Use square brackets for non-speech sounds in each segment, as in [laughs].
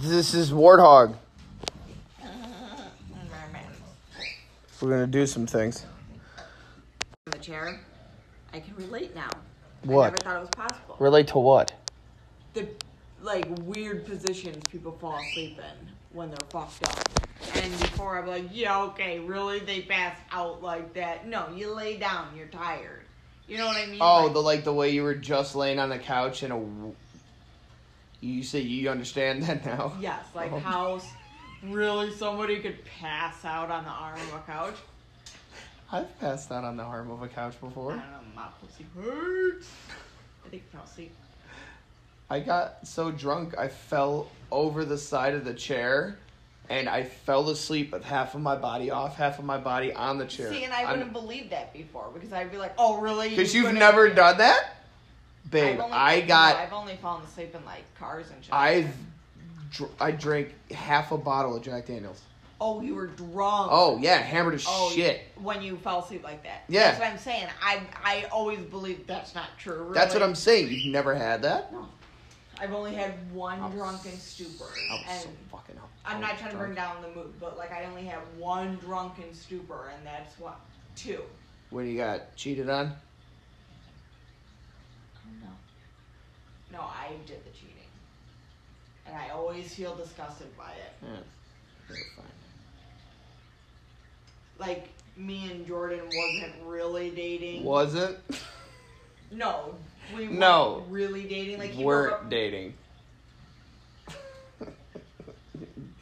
This is Warthog. We're gonna do some things. from the chair. I can relate now. I What? never thought it was possible. Relate to what? The like weird positions people fall asleep in when they're fucked up. And before I'm like, yeah, okay, really? They pass out like that? No, you lay down. You're tired. You know what I mean? Oh, Like, the like the way you were just laying on the couch and a. w- You say you understand that now? [laughs] yes, like Oh. how s- really somebody could pass out on the arm of a couch. I've passed out on the arm of a couch I before. don't know, my pussy hurts. I think I fell asleep. I got so drunk I fell over the side of the chair, and I fell asleep with half of my body off, half of my body on the chair. See, and I wouldn't believe that before because I'd be like, oh, really? You Because you've couldn't- never done that, I've babe. only- I got. I've only fallen asleep in like cars and shit. I've dr- I drank half a bottle of Jack Daniels. Oh, you were drunk. Oh yeah, hammered as Oh, shit. When you fell asleep like that. Yeah. That's what I'm saying. I I always believe that's not true. Really. That's what I'm saying. You've never had that. No. I've only had one I'm drunken stupor, I was and so fucking up. I'm I not was trying to bring drunk. down the mood, but like I only had one drunken stupor, and that's what two. When you got cheated on, No. No, I did the cheating, and I always feel disgusted by it. yeah, you're fine. like me and Jordan wasn't really dating. Wasn't. No, we weren't No. really dating. Like he broke weren't up- [laughs] dating.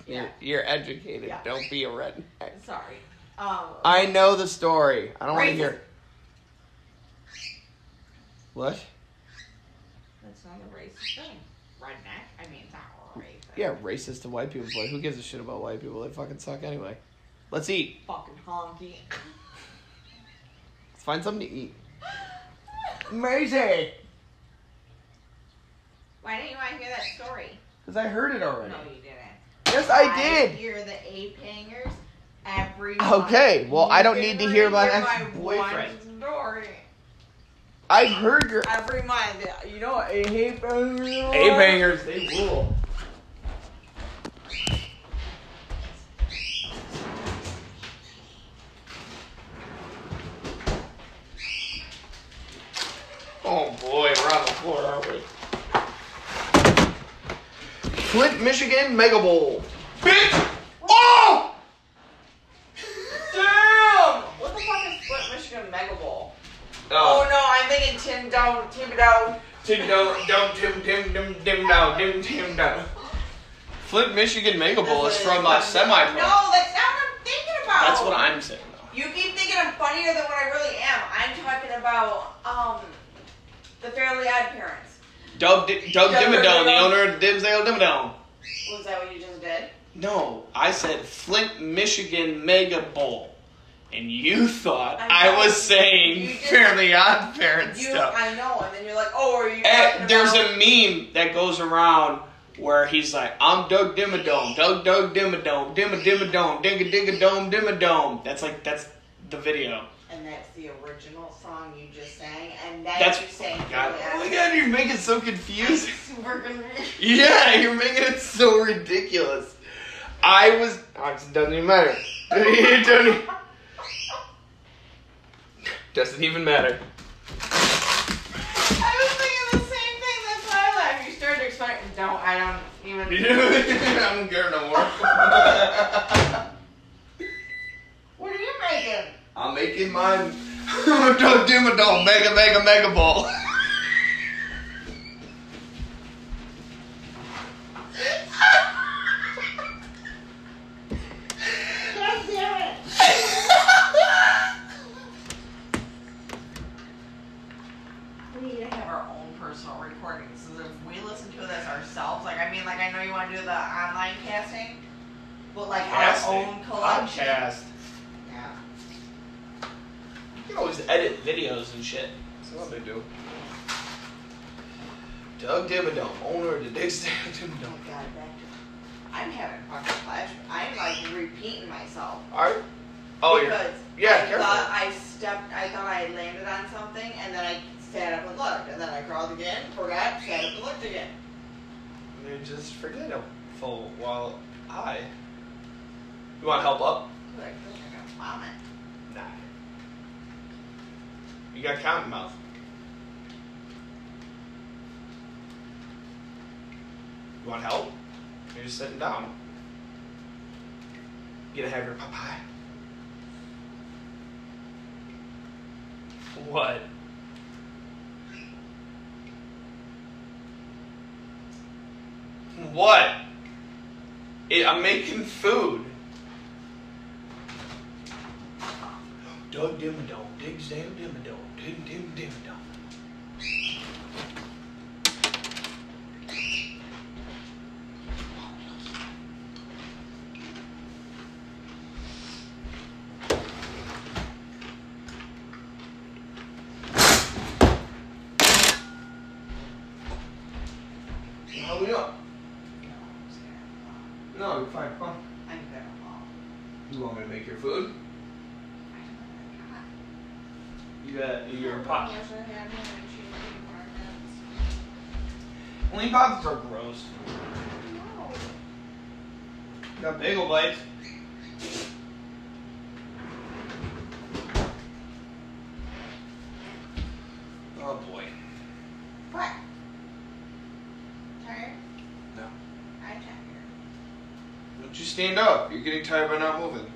Yeah. You're, you're educated. Yeah. Don't be a redneck. Sorry. Um, I know the story. I don't want to Racist. hear. it. What? that's not a racist thing. Redneck. I mean, it's not racist. Yeah, racist to white people, but who gives a shit about white people? They fucking suck anyway. Let's eat. Fucking honky. [laughs] Let's find something to eat. Amazing! Why didn't you want to hear that story? Because I heard it already. No, you didn't. Yes, I I did! hear the ape hangers every. Okay, month. well, I You don't didn't need to hear really about hear that my one boyfriend. Story. I heard your. Every month, you know what? Ape hangers. A bangers, they rule. Oh boy, we're on the floor, aren't we? Flint, Michigan Mega Bowl. Bitch! Oh! Damn! What the fuck is Flint, Michigan Mega Bowl? Oh no, I'm thinking Tim Down, Tim Down. Tim dum dum dim dim dim dim down dim dim down. Flint, Michigan Mega Bowl is from uh, semi pro. No, that's not what I'm thinking about. That's what I'm saying though. You keep thinking I'm funnier than what I really am. I'm talking about um, the Fairly Odd Parents. Doug D- Doug Doug Dimmadome, the Dimmadome. owner of Dimsdale Dimmadome. Was that what you just did? No, I said Flint, Michigan Mega Bowl, and you thought I I, know. was saying You just- Fairly Odd Parents You, stuff. I know, and then you're like, oh, are you? And talking Eh, there's about- a meme that goes around where he's like, I'm Doug Dimmadome, Doug Doug Dimmadome, Dimma Dimmadome, Dinga Dinga Dome Dimmadome. That's like that's the video. And that's the original song you just sang, and then That's you sang God. Fairly Odd Oh my god, you're making it so confusing. [laughs] [laughs] Super confused. Yeah, you're making it so ridiculous. I was. Oh, it doesn't even matter. [laughs] It doesn't, doesn't even [laughs] matter. [laughs] I was thinking the same thing. That's why I laughed. You started to explain. No, I don't even. I'm good no more. What are you making? [laughs] I'm making mine. [laughs] Don't do my dog. Mega, mega, mega ball. [laughs] God damn it! We need to have our own personal recordings. So that if we listen to this ourselves, like I mean, like I know you want to do the online casting, but like Casting. our own collection. Podcast. Yeah. You can always edit videos and shit. That's what they do. Doug Dimmadome, owner of the Dick's Oh Dimmadome. God, back to. I'm having fucking flash. I'm like repeating myself. Alright. Oh, you're. because yeah, I careful. thought I stepped, I thought I landed on something, and then I sat up and looked, and then I crawled again, forgot, sat up and looked again. You just forget them. full while I. You want help up? Like, I got vomit. Nah. You got cotton mouth. You want help? You're just sitting down. You gotta have your papaya. What? What? It, I'm making food. Doug Dimmadome, Dig Zam Dimmadome, Dig Dim Dimmadome. How we up? No, you're fine. Come on. You want me to make your food? You got your pop. Lean pops are gross. You got bagel bites. Oh boy. No. Don't you stand up? You're getting tired by not moving.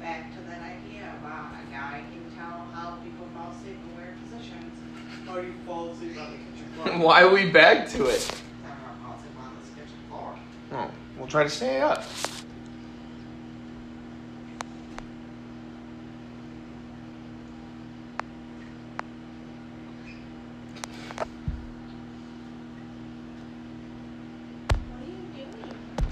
Back to that idea about a guy can tell how people fall asleep in weird positions. Or you fall asleep on the kitchen floor. [laughs] Why are we back to it? Everyone falls asleep on this kitchen floor. Oh, we'll try to stay up.